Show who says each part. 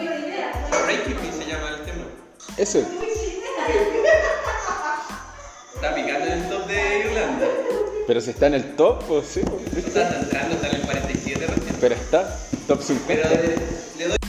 Speaker 1: Reiki se llama el tema.
Speaker 2: Ese.
Speaker 1: Está picando en el top de Irlanda.
Speaker 2: Pero si está en el top, pues sí. pues,
Speaker 1: Está entrando, está en el 47%.
Speaker 2: Pero está. Top
Speaker 1: Pero eh,
Speaker 2: 50.
Speaker 1: le, le doy